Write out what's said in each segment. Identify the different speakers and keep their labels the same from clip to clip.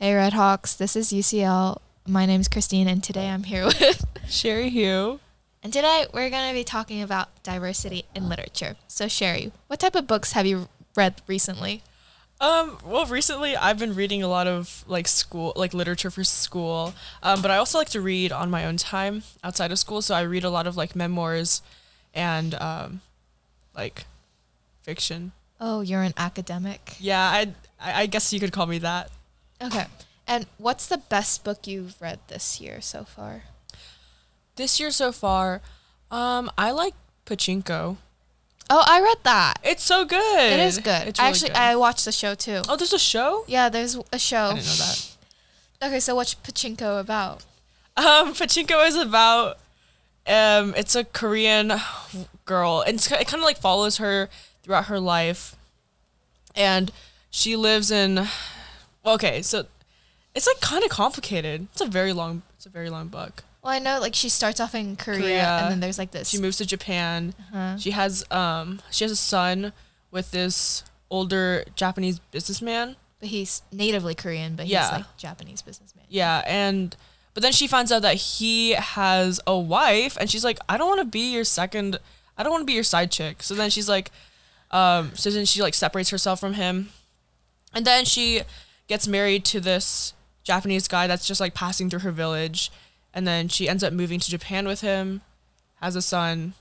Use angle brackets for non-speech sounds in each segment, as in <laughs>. Speaker 1: Hawks. This is UCL. My name's Christine, and today I'm here with. <laughs>
Speaker 2: Sherry Hugh.
Speaker 1: And today we're going to be talking about diversity in literature. So, Sherry, what type of books have you read recently?
Speaker 2: Um, well, recently I've been reading a lot of like school, like literature for school. Um, but I also like to read on my own time outside of school. So I read a lot of like memoirs and um, like fiction.
Speaker 1: Oh, you're an academic.
Speaker 2: Yeah, I, I I guess you could call me that.
Speaker 1: Okay. And what's the best book you've read this year so far?
Speaker 2: This year so far, um, I like Pachinko.
Speaker 1: Oh, I read that.
Speaker 2: It's so good.
Speaker 1: It is good.
Speaker 2: It's
Speaker 1: I
Speaker 2: really
Speaker 1: actually
Speaker 2: good.
Speaker 1: I watched the show too.
Speaker 2: oh, there's a show.
Speaker 1: Yeah, there's a show.
Speaker 2: I didn't know that.
Speaker 1: Okay, so what's Pachinko about?
Speaker 2: Um, Pachinko is about um, it's a Korean girl, and it's, ki- it kind of like follows her throughout her life, and she lives in. Okay, so it's like kind of complicated. It's a very long. It's a very long book.
Speaker 1: Well, I know like she starts off in Korea,
Speaker 2: Korea.
Speaker 1: and then there's like this.
Speaker 2: She moves to Japan. She has um she has a son with this older Japanese businessman.
Speaker 1: but he's natively Korean, but
Speaker 2: Yeah.
Speaker 1: he's like Japanese businessman.
Speaker 2: Yeah, and but then she finds out that he has a wife, and she's like, I don't want to be your second. I don't want to be your side chick. So then she's like, um, so then she like separates herself from him, and then she gets married to this Japanese guy that's just like passing through her village, and then she ends up moving to Japan with him, has a son.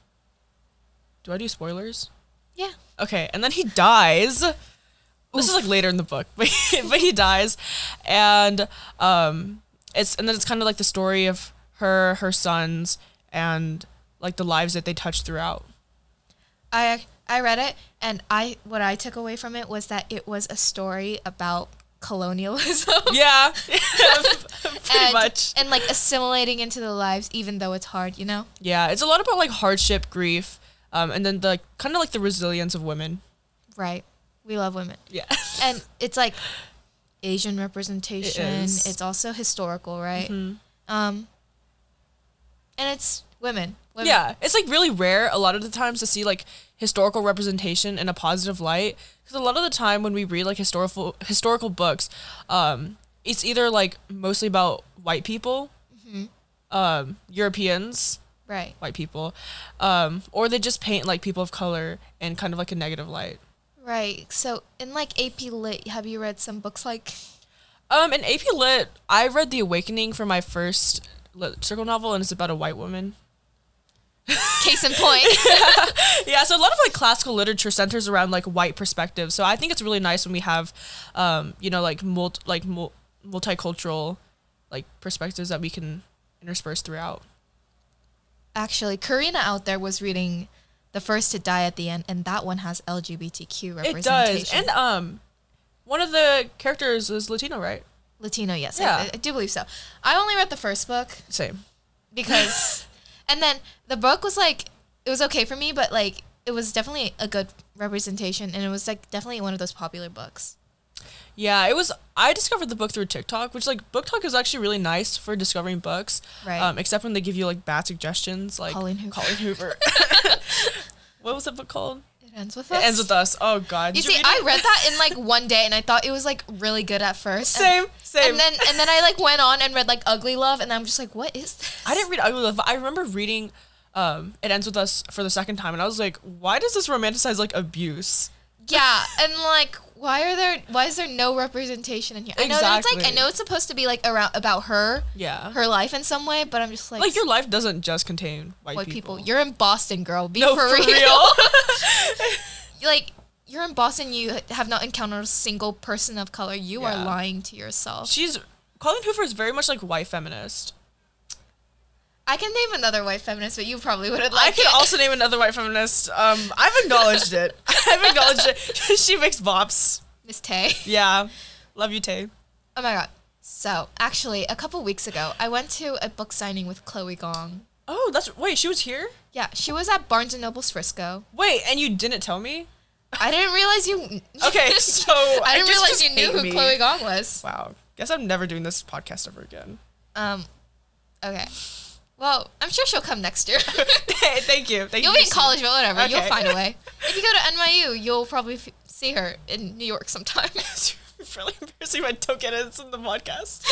Speaker 2: Do I do spoilers?
Speaker 1: Yeah.
Speaker 2: Okay, and then he dies. This is like later in the book, <laughs> but but he dies, and um, it's and then it's kind of like the story of her, her sons, and like the lives that they touch throughout.
Speaker 1: I I read it, and I what I took away from it was that it was a story about colonialism. <laughs>
Speaker 2: Yeah, <laughs> pretty
Speaker 1: and,
Speaker 2: much.
Speaker 1: And like assimilating into the lives, even though it's hard, you know.
Speaker 2: Yeah, it's a lot about like hardship, grief, um, and then the kind of like the resilience of women.
Speaker 1: Right. We love women,
Speaker 2: Yeah,
Speaker 1: and it's like Asian representation.
Speaker 2: is.
Speaker 1: It's also historical, right? Um. And it's women. women.
Speaker 2: yeah, it's like really rare a lot of the times to see like historical representation in a positive light because a lot of the time when we read like historical historical books, um, it's either like mostly about white people, um, Europeans,
Speaker 1: Right.
Speaker 2: white people, um, or they just paint like people of color in kind of like a negative light.
Speaker 1: Right. So in like AP Lit, have you read some books <laughs> like?
Speaker 2: Um, in AP Lit, I read The Awakening for my first lit circle novel, and it's about a white woman.
Speaker 1: Case in point.
Speaker 2: Yeah, so a lot of like classical literature centers around like white perspectives. So I think it's really nice when we have, um, you know, like multi like mul- multicultural, like perspectives that we can intersperse throughout.
Speaker 1: Actually, Karina out there was reading The First to Die at the End, and that one has LGBTQ representation.
Speaker 2: It does, and um, one of the characters is Latino, right?
Speaker 1: Latino, yes. I-
Speaker 2: Yeah.
Speaker 1: I, I do believe so. I only read the first book
Speaker 2: Same. <laughs>
Speaker 1: because, and then the book was like, it was okay for me, but like, it was definitely a good representation, and it was like definitely one of those popular books.
Speaker 2: Yeah, it was. I discovered the book through TikTok, which like book talk is actually really nice for discovering books.
Speaker 1: Right.
Speaker 2: Um, except when they give you like bad suggestions, like
Speaker 1: Colleen Hoover.
Speaker 2: Colleen <laughs> Hoover. what was the book called?
Speaker 1: It ends with us.
Speaker 2: It ends with us. Oh God.
Speaker 1: You
Speaker 2: Did
Speaker 1: see,
Speaker 2: read
Speaker 1: I
Speaker 2: it?
Speaker 1: read that in
Speaker 2: <laughs>
Speaker 1: like one day, and I thought it was like really good at first. and-
Speaker 2: Same, same.
Speaker 1: And then and then I like went on and read like Ugly Love, and I'm just like, what is this?
Speaker 2: I didn't read Ugly Love. But I remember reading. Um, it ends with us for the second time, and I was like, why does this romanticize like abuse?
Speaker 1: Yeah, and like, why are there? Why is there no representation in here? I know that it's like I
Speaker 2: Exactly.
Speaker 1: know it's supposed to be like around about her,
Speaker 2: Yeah.
Speaker 1: her life in some way, but I'm just like,
Speaker 2: Like your life doesn't just contain white,
Speaker 1: white people.
Speaker 2: people.
Speaker 1: You're in Boston, girl. Be
Speaker 2: no,
Speaker 1: for, real.
Speaker 2: real.
Speaker 1: <laughs>
Speaker 2: <laughs>
Speaker 1: like. You're in Boston. You have not encountered a single person of color. You
Speaker 2: Yeah.
Speaker 1: are lying to yourself.
Speaker 2: She's Colleen Hoover is very much like white feminist.
Speaker 1: I can name another white feminist, but you probably would have
Speaker 2: I
Speaker 1: liked
Speaker 2: can
Speaker 1: it.
Speaker 2: also name another white feminist. Um, I've acknowledged <laughs> it. I've acknowledged it. <laughs> she makes bops.
Speaker 1: Miss Tay.
Speaker 2: <laughs> Yeah. Love you, Tay.
Speaker 1: Oh my god. So actually, a couple weeks ago, I went to a book signing with Chloe Gong.
Speaker 2: Oh, that's wait, she was here?
Speaker 1: Yeah, she was at Barnes and Noble's Frisco.
Speaker 2: Wait, and you didn't tell me?
Speaker 1: I didn't realize you. <laughs>
Speaker 2: Okay, so
Speaker 1: I didn't
Speaker 2: guess
Speaker 1: realize
Speaker 2: just
Speaker 1: you knew
Speaker 2: hate
Speaker 1: who
Speaker 2: me.
Speaker 1: Chloe Gong was.
Speaker 2: Wow. Guess I'm never doing this podcast ever <laughs> again.
Speaker 1: Um, okay. Well, I'm sure she'll come next
Speaker 2: <laughs>
Speaker 1: year.
Speaker 2: Thank you. Thank
Speaker 1: You'll
Speaker 2: you.
Speaker 1: be in college, but whatever. You'll
Speaker 2: <laughs> Okay. <laughs>
Speaker 1: find a way. If you go to NYU, you'll probably f- see her in New York sometime.
Speaker 2: It's really embarrassing if I don't get it. It's in the podcast.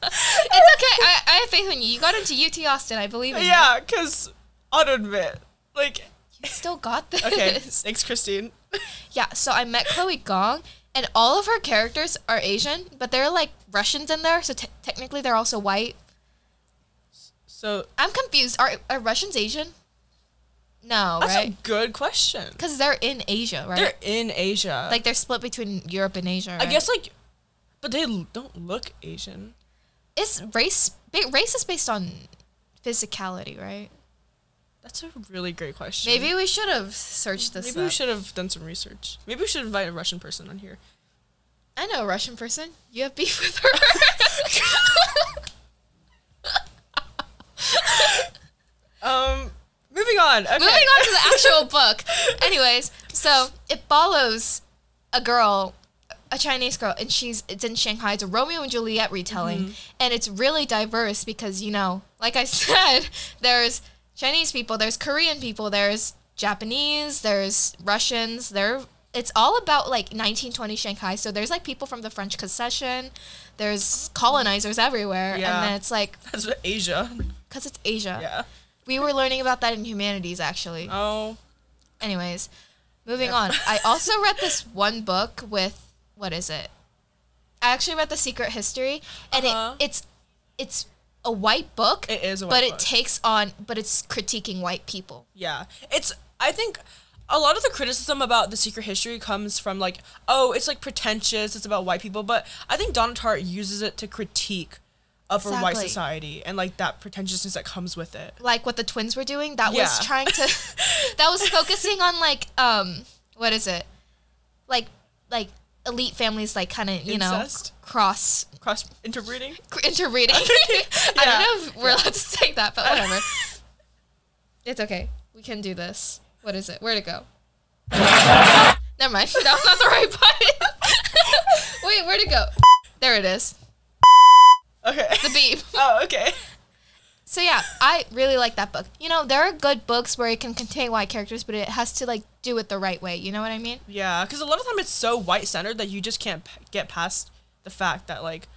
Speaker 1: It's okay. I, I have faith in you. You got into UT Austin. <laughs> I believe in you.
Speaker 2: yeah, because I'll admit,
Speaker 1: <laughs>
Speaker 2: like,
Speaker 1: You still got this.
Speaker 2: okay, thanks, Christine.
Speaker 1: Yeah, so I met Chloe Gong, and all of her characters are Asian, but there are like Russians in there, so te- technically they're also white.
Speaker 2: So
Speaker 1: I'm confused. Are, are Russians Asian? No,
Speaker 2: that's
Speaker 1: right?
Speaker 2: a good question.
Speaker 1: Because they're in Asia, right?
Speaker 2: They're in Asia.
Speaker 1: like they're split between Europe and Asia.
Speaker 2: I
Speaker 1: right?
Speaker 2: guess like, but they l- don't look Asian.
Speaker 1: it's race. ba- Race is based on physicality, right?
Speaker 2: That's a really great question.
Speaker 1: Maybe we should have searched this.
Speaker 2: Maybe we
Speaker 1: up.
Speaker 2: should have done some research. Maybe we should invite a Russian person on here.
Speaker 1: I know a Russian person. You have beef with
Speaker 2: <laughs>
Speaker 1: her. <laughs>
Speaker 2: Um, moving on. Okay.
Speaker 1: Moving on to the actual book. Anyways, so it follows a girl, a Chinese girl, and she's it's in Shanghai. It's a Romeo and Juliet retelling,
Speaker 2: Mm-hmm.
Speaker 1: and it's really diverse because you know, like I <laughs> said, there's Chinese people, there's Korean people, there's Japanese, there's Russians. There, it's all about like 1920 Shanghai. So there's like people from the French concession, there's colonizers everywhere,
Speaker 2: Yeah.
Speaker 1: and then it's like
Speaker 2: That's what- Asia.
Speaker 1: because it's Asia.
Speaker 2: Yeah.
Speaker 1: We were learning about that in humanities actually.
Speaker 2: Oh.
Speaker 1: Anyways, moving
Speaker 2: Yeah.
Speaker 1: on. I also read this one book with what is it? I actually read The Secret History and
Speaker 2: Uh-huh.
Speaker 1: it it's it's a white book.
Speaker 2: It is a white
Speaker 1: but it
Speaker 2: book.
Speaker 1: takes on but it's critiquing white people.
Speaker 2: Yeah. It's I think a lot of the criticism about the secret history comes from like, oh, it's like pretentious, it's about white people, but I think Donna Tartt uses it to critique upper white
Speaker 1: Exactly.
Speaker 2: society and like that pretentiousness that comes with it.
Speaker 1: Like what the twins were doing, that was
Speaker 2: Yeah.
Speaker 1: trying to
Speaker 2: <laughs>
Speaker 1: that was focusing on like um what is it? Like like elite families like kind of, you
Speaker 2: Incest?
Speaker 1: know, cross
Speaker 2: Cross
Speaker 1: <laughs>
Speaker 2: interbreeding.
Speaker 1: cr-
Speaker 2: <laughs>
Speaker 1: interbreeding. I
Speaker 2: Yeah.
Speaker 1: don't know if we're allowed to say that, but
Speaker 2: <laughs>
Speaker 1: whatever. it's okay. We can do this. What is it? Where'd it go? Never mind. That was not the right button. <laughs> Wait, where'd it go? There it is.
Speaker 2: Okay.
Speaker 1: The beep.
Speaker 2: <laughs> oh, okay.
Speaker 1: So yeah, I really like that book. You know, there are good books where it can contain white characters, but it has to like do it the right way. You know what I mean?
Speaker 2: Yeah, because a lot of time it's so white centered that you just can't p- get past the fact that like,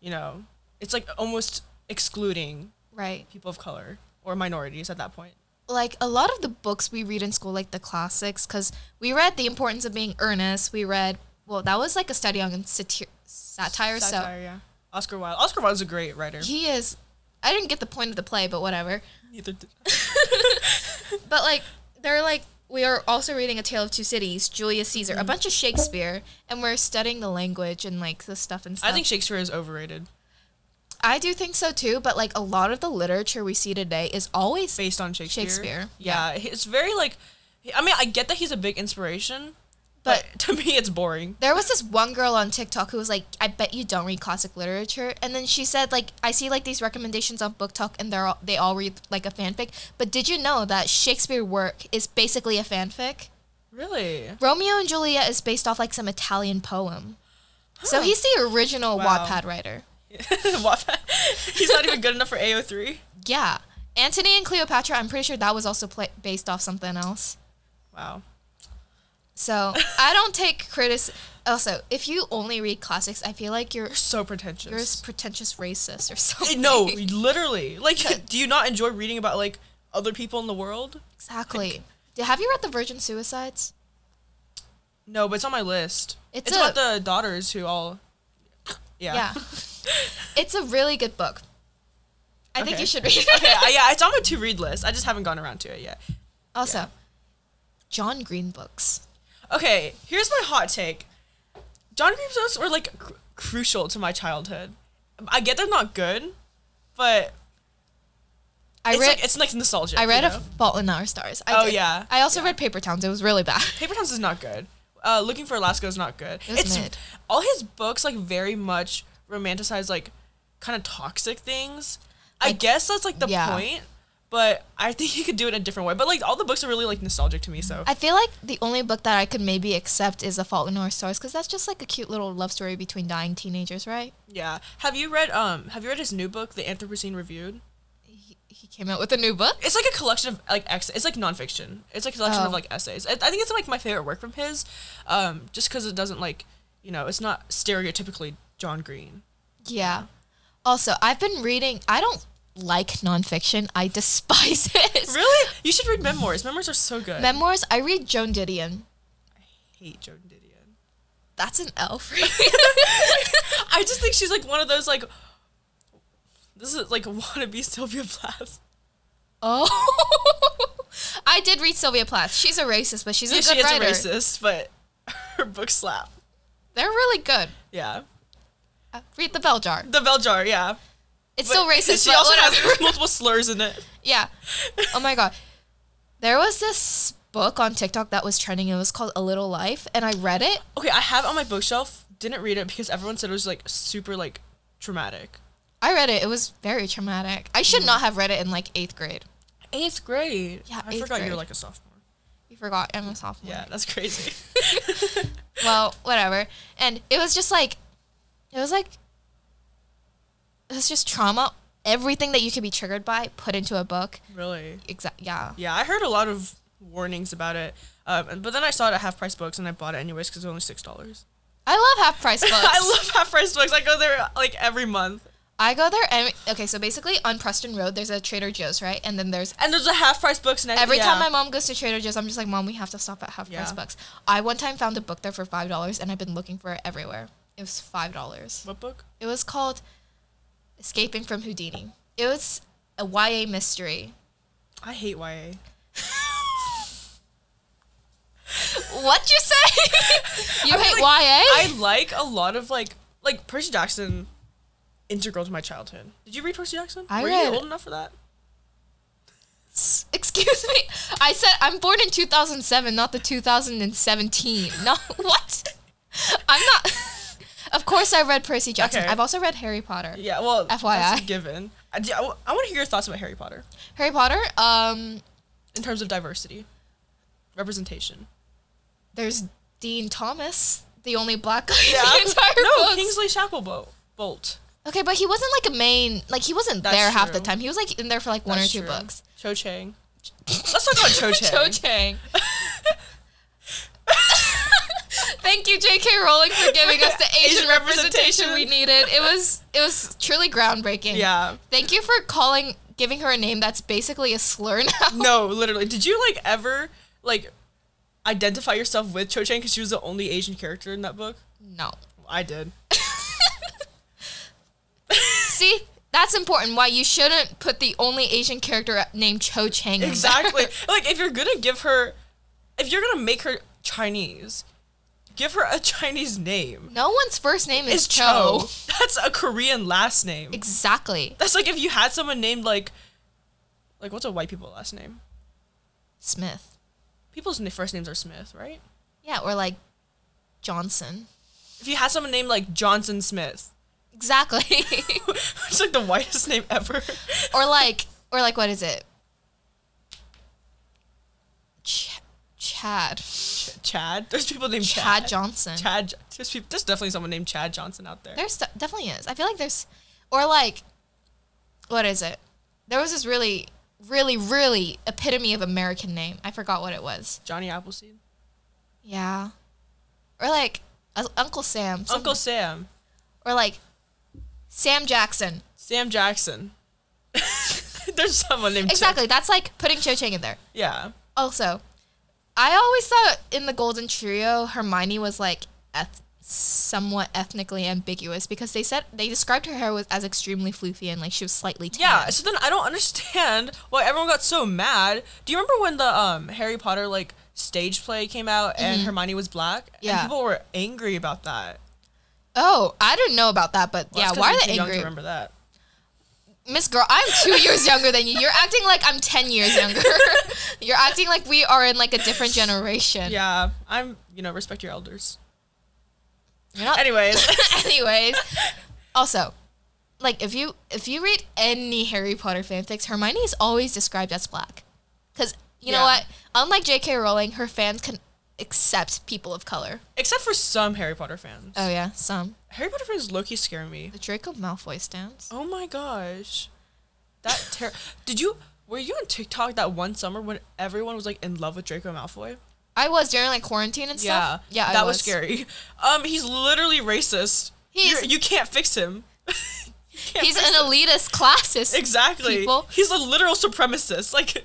Speaker 2: you know, it's like almost excluding
Speaker 1: Right.
Speaker 2: people of color or minorities at that point.
Speaker 1: like a lot of the books we read in school, like the classics, because we read The Importance of Being Earnest. We read, well, that was like a study on satir- satire,
Speaker 2: Satire, yeah. Oscar Wilde. Oscar Wilde's a great writer.
Speaker 1: So he is. I didn't get the point of the play, but whatever.
Speaker 2: Neither did
Speaker 1: But like, they're like, we are also reading A Tale of Two Cities, Julius Caesar,
Speaker 2: Mm-hmm.
Speaker 1: a bunch of Shakespeare, and we're studying the language and like the stuff and stuff.
Speaker 2: I think Shakespeare is overrated
Speaker 1: I do think so too, but like a lot of the literature we see today is always
Speaker 2: based on Shakespeare.
Speaker 1: Shakespeare,
Speaker 2: Yeah. It's very like I mean, I get that he's a big inspiration,
Speaker 1: But-
Speaker 2: but, <laughs> to me it's boring.
Speaker 1: There was this one girl on TikTok who was like, "I bet you don't read classic literature," and then she said, "Like, I see like these recommendations on BookTok, and they're all, they all read like a fanfic. But did you know that Shakespeare work is basically a fanfic?
Speaker 2: Really? <laughs>
Speaker 1: Romeo and Juliet is based off like some Italian poem, so he's the original
Speaker 2: Wow.
Speaker 1: Wattpad writer.
Speaker 2: What? he's not even good enough for AO3.
Speaker 1: Yeah, Antony and Cleopatra. I'm pretty sure that was also pla based off something else.
Speaker 2: Wow. <laughs>
Speaker 1: So I don't take criticism. Also, if you only read classics, I feel like you're
Speaker 2: So
Speaker 1: you're a
Speaker 2: pretentious.
Speaker 1: pretentious racist or
Speaker 2: Eh,
Speaker 1: something. <laughs>
Speaker 2: No, literally. Like do you not enjoy reading about like other people in the world?
Speaker 1: Exactly. Did- have you read the Virgin Suicides?
Speaker 2: No, but it's on my list.
Speaker 1: It's
Speaker 2: It's,
Speaker 1: a-
Speaker 2: about the daughters who all Yeah.
Speaker 1: it's a really good book. I think
Speaker 2: Okay.
Speaker 1: you should read it.
Speaker 2: okay, I, <laughs> yeah, it's on my to read list. I just haven't gone around to it yet.
Speaker 1: <laughs> also, John Green books.
Speaker 2: Okay, here's my hot take. John Green's books were like cr- crucial to my childhood. I get they're not good, but
Speaker 1: I
Speaker 2: it's
Speaker 1: read
Speaker 2: like it's like nostalgia.
Speaker 1: I read
Speaker 2: you
Speaker 1: A
Speaker 2: know?
Speaker 1: Fault in Our Stars. I
Speaker 2: Oh, yeah.
Speaker 1: I also read Paper Towns. It was really
Speaker 2: <laughs>
Speaker 1: bad.
Speaker 2: Paper Towns is not good. Uh, Looking for Alaska is not good.
Speaker 1: was
Speaker 2: it's
Speaker 1: mid.
Speaker 2: all his books like very much romanticize like kind of toxic things. I
Speaker 1: Like-
Speaker 2: guess that's like the
Speaker 1: yeah.
Speaker 2: point, but I think you could do it a different way. But like all the books are really like nostalgic to me. So
Speaker 1: I feel like the only book that I could maybe accept is A Fault in Our Stars because that's just like a cute little love story between dying teenagers, right?
Speaker 2: yeah, have you read um have you read his new book, The Anthropocene Reviewed?
Speaker 1: He, he came out with a new book.
Speaker 2: it's like a collection of like ex- it's like nonfiction. It's like a collection
Speaker 1: Oh.
Speaker 2: of like essays. I, I think it's like my favorite work from his, um, just because it doesn't like you you know, it's not stereotypically John Green.
Speaker 1: Yeah. Also, I've been reading. I don't like nonfiction. I <laughs> despise it.
Speaker 2: Really? You should read memoirs. Memoirs are so good.
Speaker 1: Memoirs. I read Joan Didion.
Speaker 2: hate Joan Didion.
Speaker 1: That's an L
Speaker 2: <laughs>
Speaker 1: for
Speaker 2: I just think she's like one of those like this is like <laughs> wannabe Sylvia Plath.
Speaker 1: Oh. I did read Sylvia Plath. She's a racist, but she's a
Speaker 2: Yeah,
Speaker 1: good
Speaker 2: she is
Speaker 1: writer.
Speaker 2: a racist, but <laughs> her book slap.
Speaker 1: They're really good.
Speaker 2: Yeah.
Speaker 1: Uh, read The Bell Jar.
Speaker 2: The Bell Jar, yeah.
Speaker 1: It's
Speaker 2: But- <laughs>
Speaker 1: still racist,
Speaker 2: She
Speaker 1: but
Speaker 2: also
Speaker 1: whatever.
Speaker 2: has multiple slurs in it.
Speaker 1: yeah. Oh my god. There was this book on TikTok that was trending. It was called A Little Life, and I read it.
Speaker 2: Okay, I have it on my bookshelf. Didn't read it because everyone said it was like super like traumatic.
Speaker 1: I read it. It was very traumatic. I
Speaker 2: Mm.
Speaker 1: should not have read it in like eighth grade.
Speaker 2: Eighth grade.
Speaker 1: Yeah,
Speaker 2: I
Speaker 1: eighth
Speaker 2: forgot
Speaker 1: grade.
Speaker 2: you're like a sophomore.
Speaker 1: You forgot I'm a sophomore.
Speaker 2: Yeah, that's <laughs> crazy.
Speaker 1: well, whatever. And it was just like, it was like, it was just trauma. Everything that you could be triggered by, put into a book.
Speaker 2: really?
Speaker 1: Exact. Yeah.
Speaker 2: Yeah, I heard a lot of warnings about it. Um, and- but then I saw it at half price books and I bought it anyways because it was only six dollars.
Speaker 1: I love half price books.
Speaker 2: <laughs> I love half price books. I go there like every month.
Speaker 1: I go there and okay, so basically on Preston Road, there's a Trader Joe's, right? And then there's
Speaker 2: And there's a half price books and
Speaker 1: every
Speaker 2: yeah.
Speaker 1: time my mom goes to Trader Joe's, I'm just like, Mom, we have to stop at half price
Speaker 2: Yeah.
Speaker 1: books. I one time found a book there for five dollars, and I've been looking for it everywhere. It was five dollars.
Speaker 2: what book?
Speaker 1: It was called Escaping from Houdini. It was a YA mystery.
Speaker 2: I hate YA.
Speaker 1: What'd you
Speaker 2: <laughs>
Speaker 1: say? you
Speaker 2: I mean,
Speaker 1: hate YA?
Speaker 2: like, I like a lot of like like Percy Jackson integral to my childhood. Did you read Percy Jackson?
Speaker 1: I
Speaker 2: Were
Speaker 1: read-
Speaker 2: you old enough for that?
Speaker 1: Excuse me. I said I'm born in 2007, not the 2017. No, <laughs> what? I'm not. <laughs> of course, I read Percy Jackson.
Speaker 2: Okay.
Speaker 1: I've also read Harry Potter.
Speaker 2: Yeah, well,
Speaker 1: FYI.
Speaker 2: that's a given. I, do- I, want to hear your thoughts about Harry Potter
Speaker 1: Harry Potter. Um,
Speaker 2: in terms of diversity, representation.
Speaker 1: there's Dean Thomas, the only black guy in <laughs> the entire
Speaker 2: no,
Speaker 1: books.
Speaker 2: Kingsley Shacklebolt. Bolt.
Speaker 1: okay, but he wasn't like a main. Like he wasn't
Speaker 2: That's
Speaker 1: there half the
Speaker 2: true.
Speaker 1: time. He was like in there for like one
Speaker 2: That's
Speaker 1: or two
Speaker 2: true.
Speaker 1: books.
Speaker 2: Cho Chang. Let's talk
Speaker 1: <laughs>
Speaker 2: about Cho Chang.
Speaker 1: Cho Chang. Thank you, J.K. Rowling, for giving us the Asian,
Speaker 2: <laughs> Asian
Speaker 1: representation
Speaker 2: representation.
Speaker 1: we needed. It was it was truly groundbreaking.
Speaker 2: Yeah.
Speaker 1: Thank you for calling, giving her a name that's basically a slur
Speaker 2: <laughs>
Speaker 1: now.
Speaker 2: No, literally. Did you like ever like identify yourself with Cho Chang because she was the only Asian character in that book?
Speaker 1: No. <laughs>
Speaker 2: I did.
Speaker 1: See, that's important. Why you shouldn't put the only Asian character named Cho Chang. in there.
Speaker 2: Exactly. like if you're gonna give her, if you're gonna make her Chinese, give her a Chinese name.
Speaker 1: <laughs> No one's first name is
Speaker 2: It's
Speaker 1: Cho.
Speaker 2: Cho. <laughs> That's a Korean last name.
Speaker 1: Exactly.
Speaker 2: That's like if you had someone named like, like what's a white people last name?
Speaker 1: Smith.
Speaker 2: People's na- first names are Smith, right?
Speaker 1: Yeah, or like Johnson.
Speaker 2: If you had someone named like Johnson Smith, <laughs>
Speaker 1: Exactly. <laughs>
Speaker 2: it's like the whitest <laughs> name ever.
Speaker 1: or like or like what is it? Ch- Chad.
Speaker 2: Chad. There's people named Chad.
Speaker 1: Chad Johnson.
Speaker 2: Chad. There's, people, there's definitely someone named Chad Johnson out there.
Speaker 1: There's st- definitely is. I feel like there's, or like, what is it? There was this really, really, really epitome of American name. I forgot what it was.
Speaker 2: Johnny Appleseed.
Speaker 1: Yeah, or like uh, Uncle Sam. some-
Speaker 2: Uncle Sam.
Speaker 1: Or like Sam Jackson.
Speaker 2: Sam Jackson. <laughs> there's someone named Chad.
Speaker 1: Exactly. That's like putting Cho Chang in there.
Speaker 2: Yeah.
Speaker 1: Also, I always thought in the Golden Trio, Hermione was like eth- somewhat ethnically ambiguous because they said they described her hair was as extremely floofy and like she was slightly tan.
Speaker 2: Yeah. So then I don't <laughs> understand why everyone got so mad. Do you remember when the um Harry Potter like stage play came out and Hermione was black?
Speaker 1: Mm-hmm. Yeah.
Speaker 2: And people were angry about that.
Speaker 1: Oh, I didn't know about that, but
Speaker 2: Well, that's
Speaker 1: yeah,
Speaker 2: 'cause
Speaker 1: why
Speaker 2: you're
Speaker 1: are
Speaker 2: too
Speaker 1: they
Speaker 2: young to
Speaker 1: angry?
Speaker 2: remember that.
Speaker 1: Miss Girl, I'm two years younger than you. You're acting like I'm 10 years younger. <laughs> You're acting like we are in like a
Speaker 2: <laughs>
Speaker 1: different generation.
Speaker 2: Yeah. I'm. You know, respect your elders.
Speaker 1: You're not-
Speaker 2: Anyways.
Speaker 1: <laughs> Anyways, also, like if you if you read any Harry Potter fanfics, Hermione is always described as black. Cuz you know
Speaker 2: Yeah.
Speaker 1: what? Unlike J.K. Rowling, her fans can accept people of color.
Speaker 2: Except for some Harry Potter fans.
Speaker 1: Oh yeah, some.
Speaker 2: Harry Potter fans low-key scare me.
Speaker 1: The Draco Malfoy stands.
Speaker 2: Oh my gosh. That <laughs> ter- Did you were you on TikTok that one summer when everyone was like in love with Draco Malfoy?
Speaker 1: I was during like quarantine and stuff.
Speaker 2: Yeah,
Speaker 1: Yeah, I
Speaker 2: that was. scary. <laughs> Um, he's literally racist.
Speaker 1: He is-
Speaker 2: You're- you can't fix him. <laughs> You
Speaker 1: <laughs>
Speaker 2: can't
Speaker 1: He's
Speaker 2: fix <laughs>
Speaker 1: an elitist classist.
Speaker 2: exactly.
Speaker 1: people.
Speaker 2: He's a literal supremacist. Like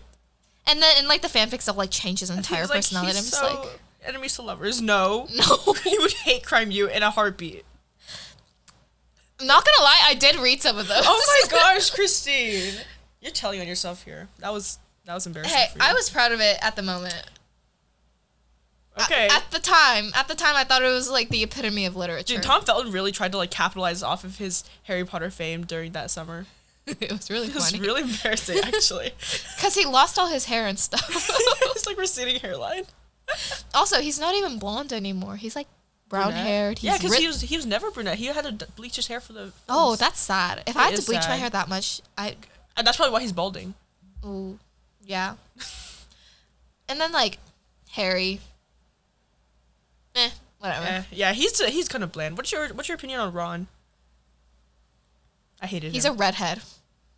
Speaker 1: And then and like the fanfic stuff like changes entire
Speaker 2: he's like,
Speaker 1: personality.
Speaker 2: he's
Speaker 1: I'm
Speaker 2: so- enemies to lovers. No, <laughs>
Speaker 1: just like, <laughs> no.
Speaker 2: he would hate crime you in a
Speaker 1: <laughs>
Speaker 2: heartbeat.
Speaker 1: I'm not gonna lie, I did read some of those.
Speaker 2: Oh
Speaker 1: <laughs>
Speaker 2: my gosh, Christine, you're telling on yourself here. That was that was embarrassing.
Speaker 1: Hey,
Speaker 2: for you.
Speaker 1: I was proud of it at the moment. A-
Speaker 2: okay.
Speaker 1: At the time, at the time, I thought it was like the epitome of literature.
Speaker 2: Dude, Tom Felton really tried to like capitalize off of his Harry Potter fame during that summer.
Speaker 1: <laughs>
Speaker 2: <laughs>
Speaker 1: it was really
Speaker 2: It was
Speaker 1: funny
Speaker 2: really embarrassing, actually.
Speaker 1: <laughs>
Speaker 2: <laughs>
Speaker 1: because he lost all his hair and stuff. <laughs>
Speaker 2: it's like receding hairline.
Speaker 1: also, he's not even blonde anymore. He's like brown
Speaker 2: Brunette.
Speaker 1: haired.
Speaker 2: Yeah, because he was he was never brunette. He had to d- bleach his hair for the.
Speaker 1: Oh, that's sad. If I had
Speaker 2: is
Speaker 1: to bleach my
Speaker 2: sad.
Speaker 1: hair that much, I.
Speaker 2: and that's probably why he's balding.
Speaker 1: Ooh,
Speaker 2: <laughs>
Speaker 1: yeah. and then like, Harry. Eh, whatever.
Speaker 2: Eh, yeah, he's he's kind of bland. What's your what's your opinion on Ron? I hated
Speaker 1: He's a
Speaker 2: him.
Speaker 1: redhead.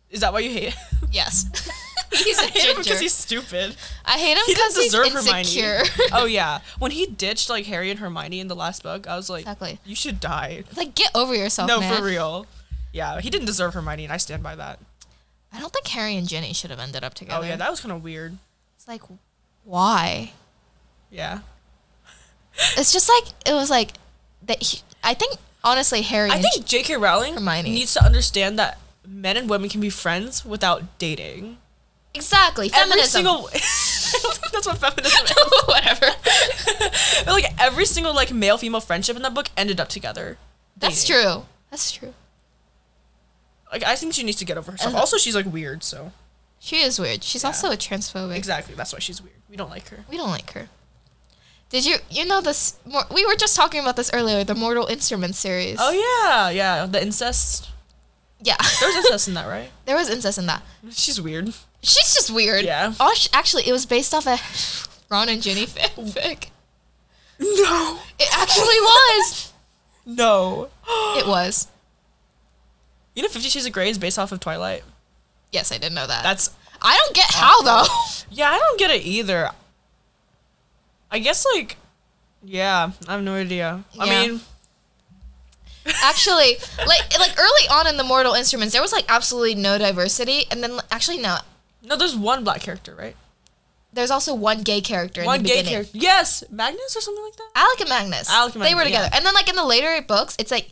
Speaker 2: Is that why you hate? him?
Speaker 1: Yes. <laughs> he's
Speaker 2: <laughs> I
Speaker 1: a
Speaker 2: hate him
Speaker 1: ginger.
Speaker 2: because he's stupid.
Speaker 1: I hate him
Speaker 2: He
Speaker 1: because
Speaker 2: doesn't
Speaker 1: he's
Speaker 2: deserve
Speaker 1: insecure. <laughs>
Speaker 2: Hermione. <laughs> Oh yeah, when he ditched like Harry and Hermione in the last book, I was like,
Speaker 1: Exactly.
Speaker 2: you should die.
Speaker 1: like, get over yourself,
Speaker 2: no,
Speaker 1: man.
Speaker 2: for real. Yeah, he didn't deserve Hermione, and I stand by that.
Speaker 1: I don't think Harry and Ginny should have ended up together.
Speaker 2: Oh yeah, that was kind of weird.
Speaker 1: it's like, why?
Speaker 2: Yeah,
Speaker 1: It's just like it was like that. He, I think honestly, Harry.
Speaker 2: I
Speaker 1: and
Speaker 2: think J.K. Rowling
Speaker 1: Hermione.
Speaker 2: needs to understand that men and women can be friends without dating.
Speaker 1: Gi- exactly feminism.
Speaker 2: Every
Speaker 1: <laughs>
Speaker 2: single <laughs> that's what feminism is. <laughs>
Speaker 1: whatever.
Speaker 2: But, like every single like male female friendship in that book ended up together.
Speaker 1: That's
Speaker 2: dating.
Speaker 1: true. That's true.
Speaker 2: Like I think she needs to get over herself.
Speaker 1: Uh-huh.
Speaker 2: Also, she's like weird, so
Speaker 1: She is weird. She's
Speaker 2: Yeah.
Speaker 1: also a transphobic.
Speaker 2: exactly that's why she's weird. We don't like her.
Speaker 1: We don't like her. Did you you know this? More, we were just talking about this earlier. The Mortal Instruments series.
Speaker 2: Oh yeah, yeah. The incest.
Speaker 1: yeah.
Speaker 2: There was incest in that, right?
Speaker 1: <laughs>
Speaker 2: <laughs>
Speaker 1: there was incest in that.
Speaker 2: She's weird.
Speaker 1: She's just weird.
Speaker 2: Yeah.
Speaker 1: Oh, sh- actually, it was based off a Ron and Ginny <laughs> fanfic.
Speaker 2: No,
Speaker 1: It actually was.
Speaker 2: no. <gasps>
Speaker 1: It was.
Speaker 2: You know, Fifty Shades of Grey is based off of Twilight.
Speaker 1: Yes, I didn't know that.
Speaker 2: That's
Speaker 1: I don't get how though.
Speaker 2: yeah. I don't get it either. I guess like, yeah. I have no idea. I
Speaker 1: Yeah.
Speaker 2: mean,
Speaker 1: <laughs> actually, like like early on in the Mortal Instruments, there was like absolutely no diversity, and then actually no,
Speaker 2: no. There's one black character, right?
Speaker 1: there's also one gay character. In
Speaker 2: one
Speaker 1: the
Speaker 2: gay
Speaker 1: beginning.
Speaker 2: character. Yes, Magnus or something like that.
Speaker 1: Alec and Magnus.
Speaker 2: Alec and
Speaker 1: They were
Speaker 2: Magnus, yeah.
Speaker 1: together. And then like in the later books, it's like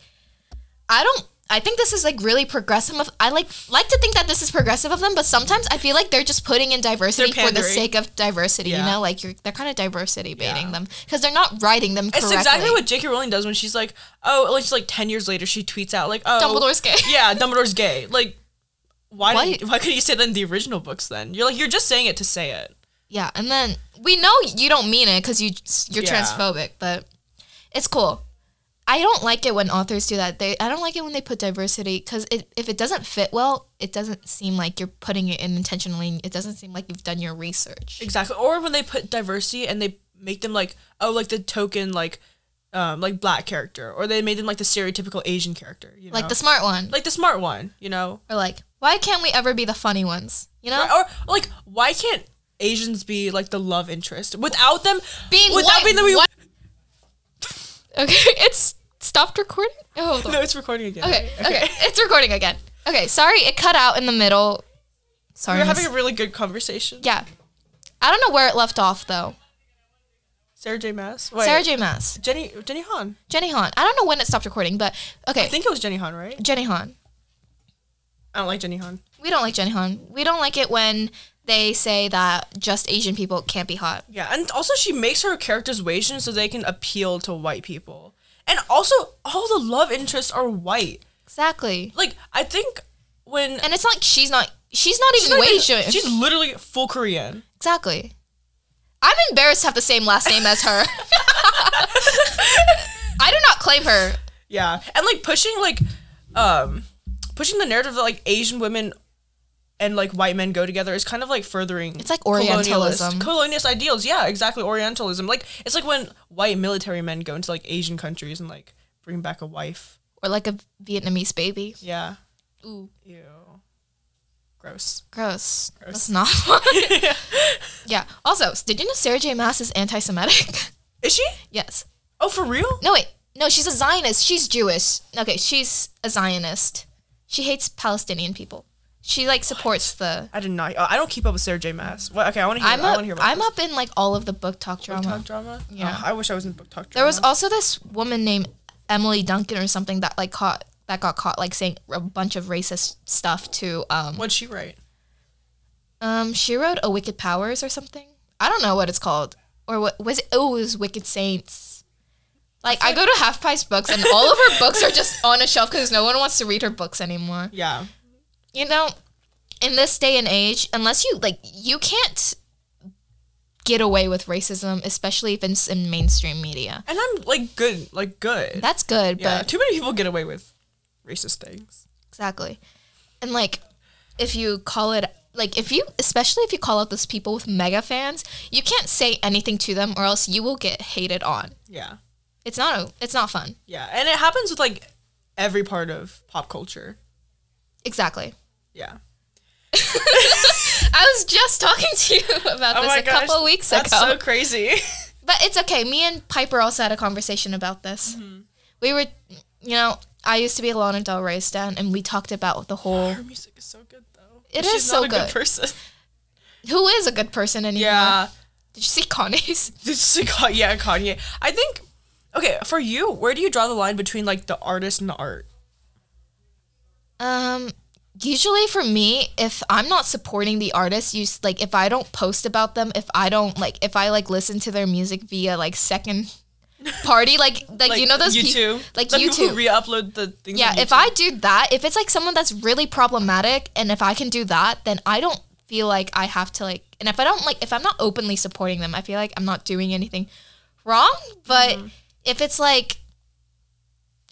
Speaker 1: I don't I think this is like really progressive of I like like to think that this is progressive of them, but sometimes I feel like they're just putting in diversity
Speaker 2: They're
Speaker 1: for the
Speaker 2: pandering.
Speaker 1: sake of diversity, you
Speaker 2: Yeah.
Speaker 1: know? Like you're they're kind of diversity baiting
Speaker 2: Yeah.
Speaker 1: them cuz they're not writing them
Speaker 2: It's
Speaker 1: correctly.
Speaker 2: exactly what J.K. Rowling does when she's like, oh, like she's like ten years later, she tweets out like, oh,
Speaker 1: Dumbledore's gay.
Speaker 2: <laughs> Yeah, Dumbledore's gay. Like, why?
Speaker 1: Why-
Speaker 2: Why, why could you say that in the original books? Then you're like, you're just saying it to say it.
Speaker 1: Yeah, and then we know you don't mean it cuz you you're
Speaker 2: Yeah.
Speaker 1: transphobic, but it's cool. I don't like it when authors do that. They I don't like it when they put diversity because it, if it doesn't fit well, it doesn't seem like you're putting it in intentionally. It doesn't seem like you've done your research.
Speaker 2: Exactly. Or when they put diversity and they make them like, oh, like the token like, um, like black character, or they made them like the stereotypical Asian character. You know?
Speaker 1: Like the smart one,
Speaker 2: like the smart one. You know,
Speaker 1: or like why can't we ever be the funny ones? You know,
Speaker 2: or, or like why can't Asians be like the love interest without them
Speaker 1: being
Speaker 2: without
Speaker 1: white.
Speaker 2: being the
Speaker 1: what- <laughs> okay, it's stopped recording. Oh, hold on.
Speaker 2: <laughs> No, it's recording again.
Speaker 1: okay, okay, it's recording again. Okay, sorry, it cut out in the middle. Sorry,
Speaker 2: We were
Speaker 1: miss-
Speaker 2: having a really good conversation.
Speaker 1: yeah. I don't know where it left off though.
Speaker 2: Sarah J. Mass. Wait,
Speaker 1: Sarah J. Mass,
Speaker 2: Jenny Jenny Han.
Speaker 1: Jenny Han. I don't know when it stopped recording, but okay,
Speaker 2: I think it was Jenny Han, right?
Speaker 1: Jenny Han.
Speaker 2: I don't like Jenny Han.
Speaker 1: We don't like Jenny Han. We don't like it when they say that just Asian people can't be hot.
Speaker 2: Yeah, and also she makes her characters Asian so they can appeal to white people. And also all the love interests are white.
Speaker 1: Exactly.
Speaker 2: Like I think when
Speaker 1: And it's not like she's not she's not even
Speaker 2: she's, not even-
Speaker 1: Asian.
Speaker 2: she's literally full Korean.
Speaker 1: exactly. I'm embarrassed to have the same last name as
Speaker 2: <laughs>
Speaker 1: her. <laughs> I do not claim her.
Speaker 2: Yeah. And like pushing like um pushing the narrative that like Asian women and like white men go together is kind of like furthering
Speaker 1: It's like
Speaker 2: colonialist,
Speaker 1: Orientalism.
Speaker 2: colonialist ideals yeah exactly orientalism like it's like when white military men go into like asian countries and like bring back a wife
Speaker 1: Or like a Vietnamese baby.
Speaker 2: yeah
Speaker 1: Ooh,
Speaker 2: ew gross
Speaker 1: gross.
Speaker 2: Gross.
Speaker 1: <laughs> That's
Speaker 2: <laughs>
Speaker 1: not fun. yeah. Also, did you know Sarah J. Mass is anti-Semitic? <laughs>
Speaker 2: Is she?
Speaker 1: yes.
Speaker 2: Oh, for real?
Speaker 1: No, wait. No, she's a Zionist. She's Jewish. Okay, she's a Zionist. She hates Palestinian people. She like supports the.
Speaker 2: I did not. oh, I don't keep up with Sarah J. Mass. Well, okay, I want to hear.
Speaker 1: I'm
Speaker 2: I want to hear
Speaker 1: up.
Speaker 2: about
Speaker 1: I'm up in like all of the book talk drama.
Speaker 2: book talk drama.
Speaker 1: Yeah.
Speaker 2: Oh, I wish I was in book talk drama.
Speaker 1: There was also this woman named Emily Duncan or something that like caught that got caught like saying a bunch of racist stuff to um
Speaker 2: What'd she write?
Speaker 1: um she wrote a Wicked Powers or something. I don't know what it's called or what was it? Oh, it was Wicked Saints. Like I go to Half Price Books and all of her books are just on a shelf because no one wants to read her books anymore.
Speaker 2: Yeah.
Speaker 1: you know, in this day and age, unless you like, you can't get away with racism, especially if it's in mainstream media.
Speaker 2: And I'm like good, like good.
Speaker 1: That's good,
Speaker 2: yeah.
Speaker 1: but
Speaker 2: Too many people get away with racist things.
Speaker 1: exactly. And like, if you call it like if you especially if you call out those people with mega fans you can't say anything to them or else you will get hated on
Speaker 2: Yeah.
Speaker 1: it's not a, it's not fun
Speaker 2: Yeah. And it happens with like every part of pop culture.
Speaker 1: exactly
Speaker 2: Yeah.
Speaker 1: i was just talking to you <laughs>
Speaker 2: Oh
Speaker 1: about this a couple weeks
Speaker 2: that's
Speaker 1: ago
Speaker 2: so <laughs> crazy.
Speaker 1: <laughs> But it's okay. Me and Piper also had a conversation about this.
Speaker 2: Mm-hmm.
Speaker 1: We were, you know, I used to be a Lana Del Rey stan, and we talked about the whole
Speaker 2: Her music is so good though.
Speaker 1: It
Speaker 2: It is
Speaker 1: is so
Speaker 2: a
Speaker 1: good.
Speaker 2: person.
Speaker 1: who is a good person anymore.
Speaker 2: Yeah.
Speaker 1: Did you see Kanye's?
Speaker 2: This is Ka- yeah, Kanye. I think okay, for you, where do you draw the line between like the artist and the art?
Speaker 1: Um, usually for me, if I'm not supporting the artist, you s- like if I don't post about them, if I don't like, if I like listen to their music via like <laughs> second party, like like, you know those
Speaker 2: you
Speaker 1: peop-
Speaker 2: too.
Speaker 1: like
Speaker 2: the
Speaker 1: you
Speaker 2: people
Speaker 1: too.
Speaker 2: who re-upload the things.
Speaker 1: Yeah,
Speaker 2: on
Speaker 1: if
Speaker 2: YouTube.
Speaker 1: I do that, if it's like someone that's really problematic, and if I can do that, then I don't feel like I have to like. And if I don't like, if I'm not openly supporting them, I feel like I'm not doing anything wrong. But if it's like,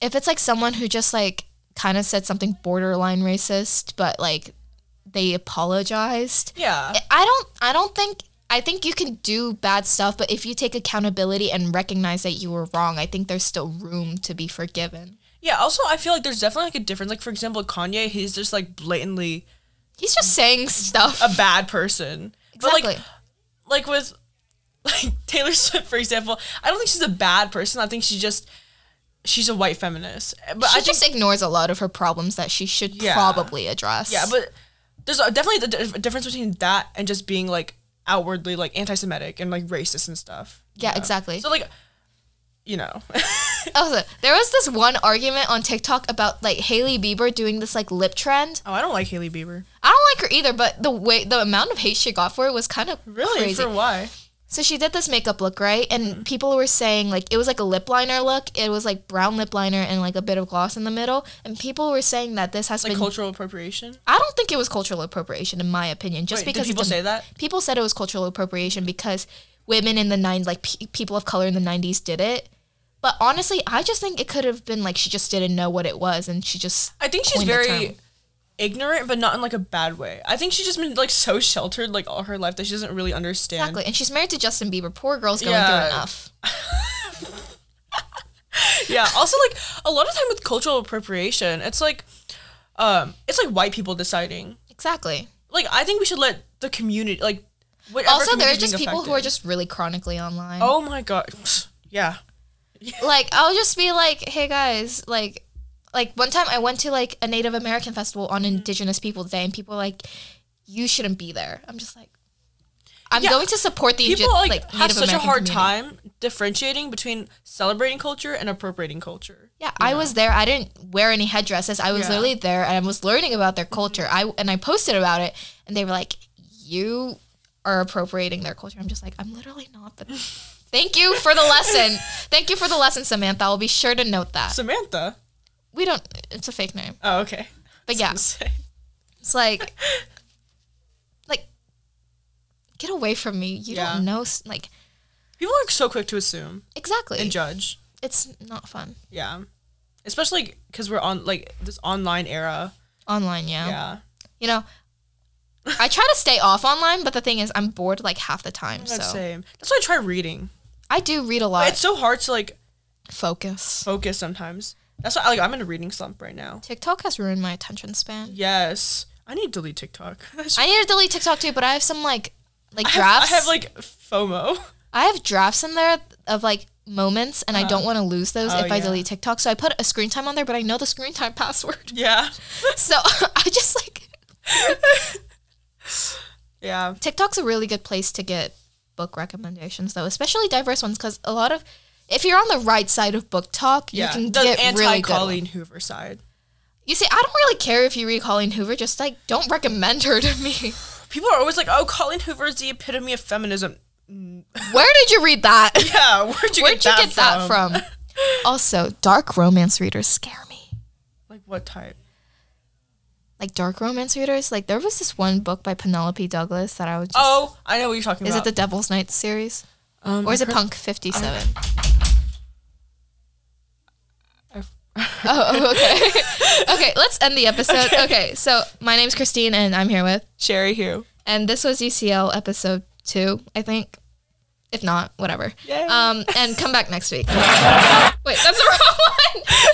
Speaker 1: if it's like someone who just like kind of said something borderline racist, but like they apologized,
Speaker 2: yeah,
Speaker 1: I don't. I don't think. I think you can do bad stuff, but if you take accountability and recognize that you were wrong, I think there's still room to be forgiven.
Speaker 2: yeah. Also, I feel like there's definitely like a difference. Like for example, Kanye, he's just like blatantly
Speaker 1: He's just saying stuff.
Speaker 2: a bad person.
Speaker 1: exactly.
Speaker 2: Uh, But like, like with <laughs> like Taylor Swift, for example, I don't think she's a bad person. I think she's just she's a white feminist. But
Speaker 1: she
Speaker 2: I think
Speaker 1: just ignores a lot of her problems that she should
Speaker 2: Yeah.
Speaker 1: probably address.
Speaker 2: yeah, but there's a- definitely the dif- difference between that and just being like outwardly like anti-Semitic and like racist and stuff. you
Speaker 1: Yeah,
Speaker 2: know?
Speaker 1: exactly.
Speaker 2: So like, you know, <laughs>
Speaker 1: Also, there was this one argument on TikTok about like Hailey Bieber doing this like lip trend.
Speaker 2: oh, I don't like Haley Bieber.
Speaker 1: I don't like her either, but the way the amount of hate she got for it was kind of
Speaker 2: Really?
Speaker 1: crazy.
Speaker 2: For Mm-hmm. why?
Speaker 1: so she did this makeup look, right? And people were saying like it was like a lip liner look. It was like brown lip liner and like a bit of gloss in the middle. And people were saying that this has
Speaker 2: Like
Speaker 1: been.
Speaker 2: cultural appropriation.
Speaker 1: I don't think it was cultural appropriation, in my opinion. Just
Speaker 2: Wait, did
Speaker 1: because
Speaker 2: people
Speaker 1: it's a-
Speaker 2: say that?
Speaker 1: people said it was cultural appropriation because women in the nine like pe- people of color in the 90s did it but honestly i just think it could have been like she just didn't know what it was and she just
Speaker 2: I think she's
Speaker 1: coined the
Speaker 2: very
Speaker 1: term.
Speaker 2: ignorant, but not in like a bad way. I think she's just been like so sheltered like all her life that she doesn't really understand.
Speaker 1: exactly and she's married to justin bieber poor girl's going
Speaker 2: Yeah.
Speaker 1: through enough
Speaker 2: Yeah. Also, like a lot of time with cultural appropriation, it's like, um, it's like white people deciding.
Speaker 1: exactly
Speaker 2: Like I think we should let the community like. whatever
Speaker 1: also there are
Speaker 2: community's
Speaker 1: just
Speaker 2: being
Speaker 1: people who are
Speaker 2: affected.
Speaker 1: just really chronically online
Speaker 2: Oh my god. <sniffs> Yeah.
Speaker 1: like I'll just be like, hey guys, like like one time I went to like a Native American festival on
Speaker 2: Mm-hmm.
Speaker 1: Indigenous Peoples Day and people were like, you shouldn't be there. I'm just like I'm
Speaker 2: Yeah.
Speaker 1: going to support the
Speaker 2: People
Speaker 1: Indi-
Speaker 2: like,
Speaker 1: like
Speaker 2: have
Speaker 1: Native
Speaker 2: such
Speaker 1: American
Speaker 2: a hard
Speaker 1: community.
Speaker 2: time differentiating between celebrating culture and appropriating culture.
Speaker 1: Yeah, I was there. I didn't wear any headdresses. I was
Speaker 2: Yeah. Mm-hmm.
Speaker 1: literally there and I was learning about their culture. I and I posted about it and they were like, "You are appropriating their culture." I'm just like, "I'm literally not."
Speaker 2: <laughs>
Speaker 1: But thank you for the lesson. Thank you for the lesson, Samantha. I'll be sure to note that.
Speaker 2: Samantha.
Speaker 1: We don't. It's a fake name,
Speaker 2: Oh, okay.
Speaker 1: but
Speaker 2: <laughs>
Speaker 1: yeah. It's like, <laughs> like, get away from me. You
Speaker 2: Yeah.
Speaker 1: don't know. s- Like,
Speaker 2: People are so quick to assume
Speaker 1: exactly.
Speaker 2: and judge.
Speaker 1: It's not fun.
Speaker 2: Yeah. Especially because we're on like this online era.
Speaker 1: Online, yeah.
Speaker 2: Yeah.
Speaker 1: You know, I try to stay off online, but the thing is, I'm bored like half the time.
Speaker 2: That's
Speaker 1: so
Speaker 2: same. That's why I try reading.
Speaker 1: I do read a
Speaker 2: But
Speaker 1: lot.
Speaker 2: it's so hard to like
Speaker 1: Focus.
Speaker 2: focus sometimes. That's why like I'm in a reading slump right now.
Speaker 1: TikTok has ruined my attention span.
Speaker 2: Yes. I need to delete TikTok. <laughs>
Speaker 1: I need to delete TikTok too, but I have some like like
Speaker 2: I have, I
Speaker 1: drafts.
Speaker 2: have like FOMO. <laughs>
Speaker 1: drafts in there of like moments, and I don't want to lose those
Speaker 2: Oh,
Speaker 1: if I
Speaker 2: yeah.
Speaker 1: delete TikTok. So I put a screen time on there, but I know the screen time <laughs> password.
Speaker 2: Yeah.
Speaker 1: So <laughs> I just like
Speaker 2: Yeah.
Speaker 1: TikTok's a really good place to get book recommendations, though, especially diverse ones, because a lot of if you're on the right side of book talk,
Speaker 2: Yeah.
Speaker 1: you can
Speaker 2: the
Speaker 1: get really good.
Speaker 2: anti-Colleen
Speaker 1: ones.
Speaker 2: Hoover side.
Speaker 1: You see, I don't really care if you read Colleen Hoover. Just like, don't recommend her to me.
Speaker 2: People are always like, "Oh, Colleen Hoover is the epitome of feminism." <laughs>
Speaker 1: Where did you read that?
Speaker 2: Yeah, <laughs> where'd you,
Speaker 1: Where'd
Speaker 2: get, that
Speaker 1: you get that
Speaker 2: from?
Speaker 1: from? also, dark romance readers scare me.
Speaker 2: Like what type?
Speaker 1: Like dark romance readers. Like there was this one book by Penelope Douglas that I would. Just,
Speaker 2: Oh, I know what you're talking
Speaker 1: is it
Speaker 2: about.
Speaker 1: the Devil's Night series
Speaker 2: the um,
Speaker 1: or is it Punk Fifty Seven? Oh, okay. <laughs> okay, let's end the episode. Okay. so my name's Christine, and I'm here with,
Speaker 2: Sherry Hugh?
Speaker 1: and this was UCL episode two, I think. If not, whatever.
Speaker 2: Yay.
Speaker 1: Um, and come back next week. Wait, that's the <laughs> wrong one.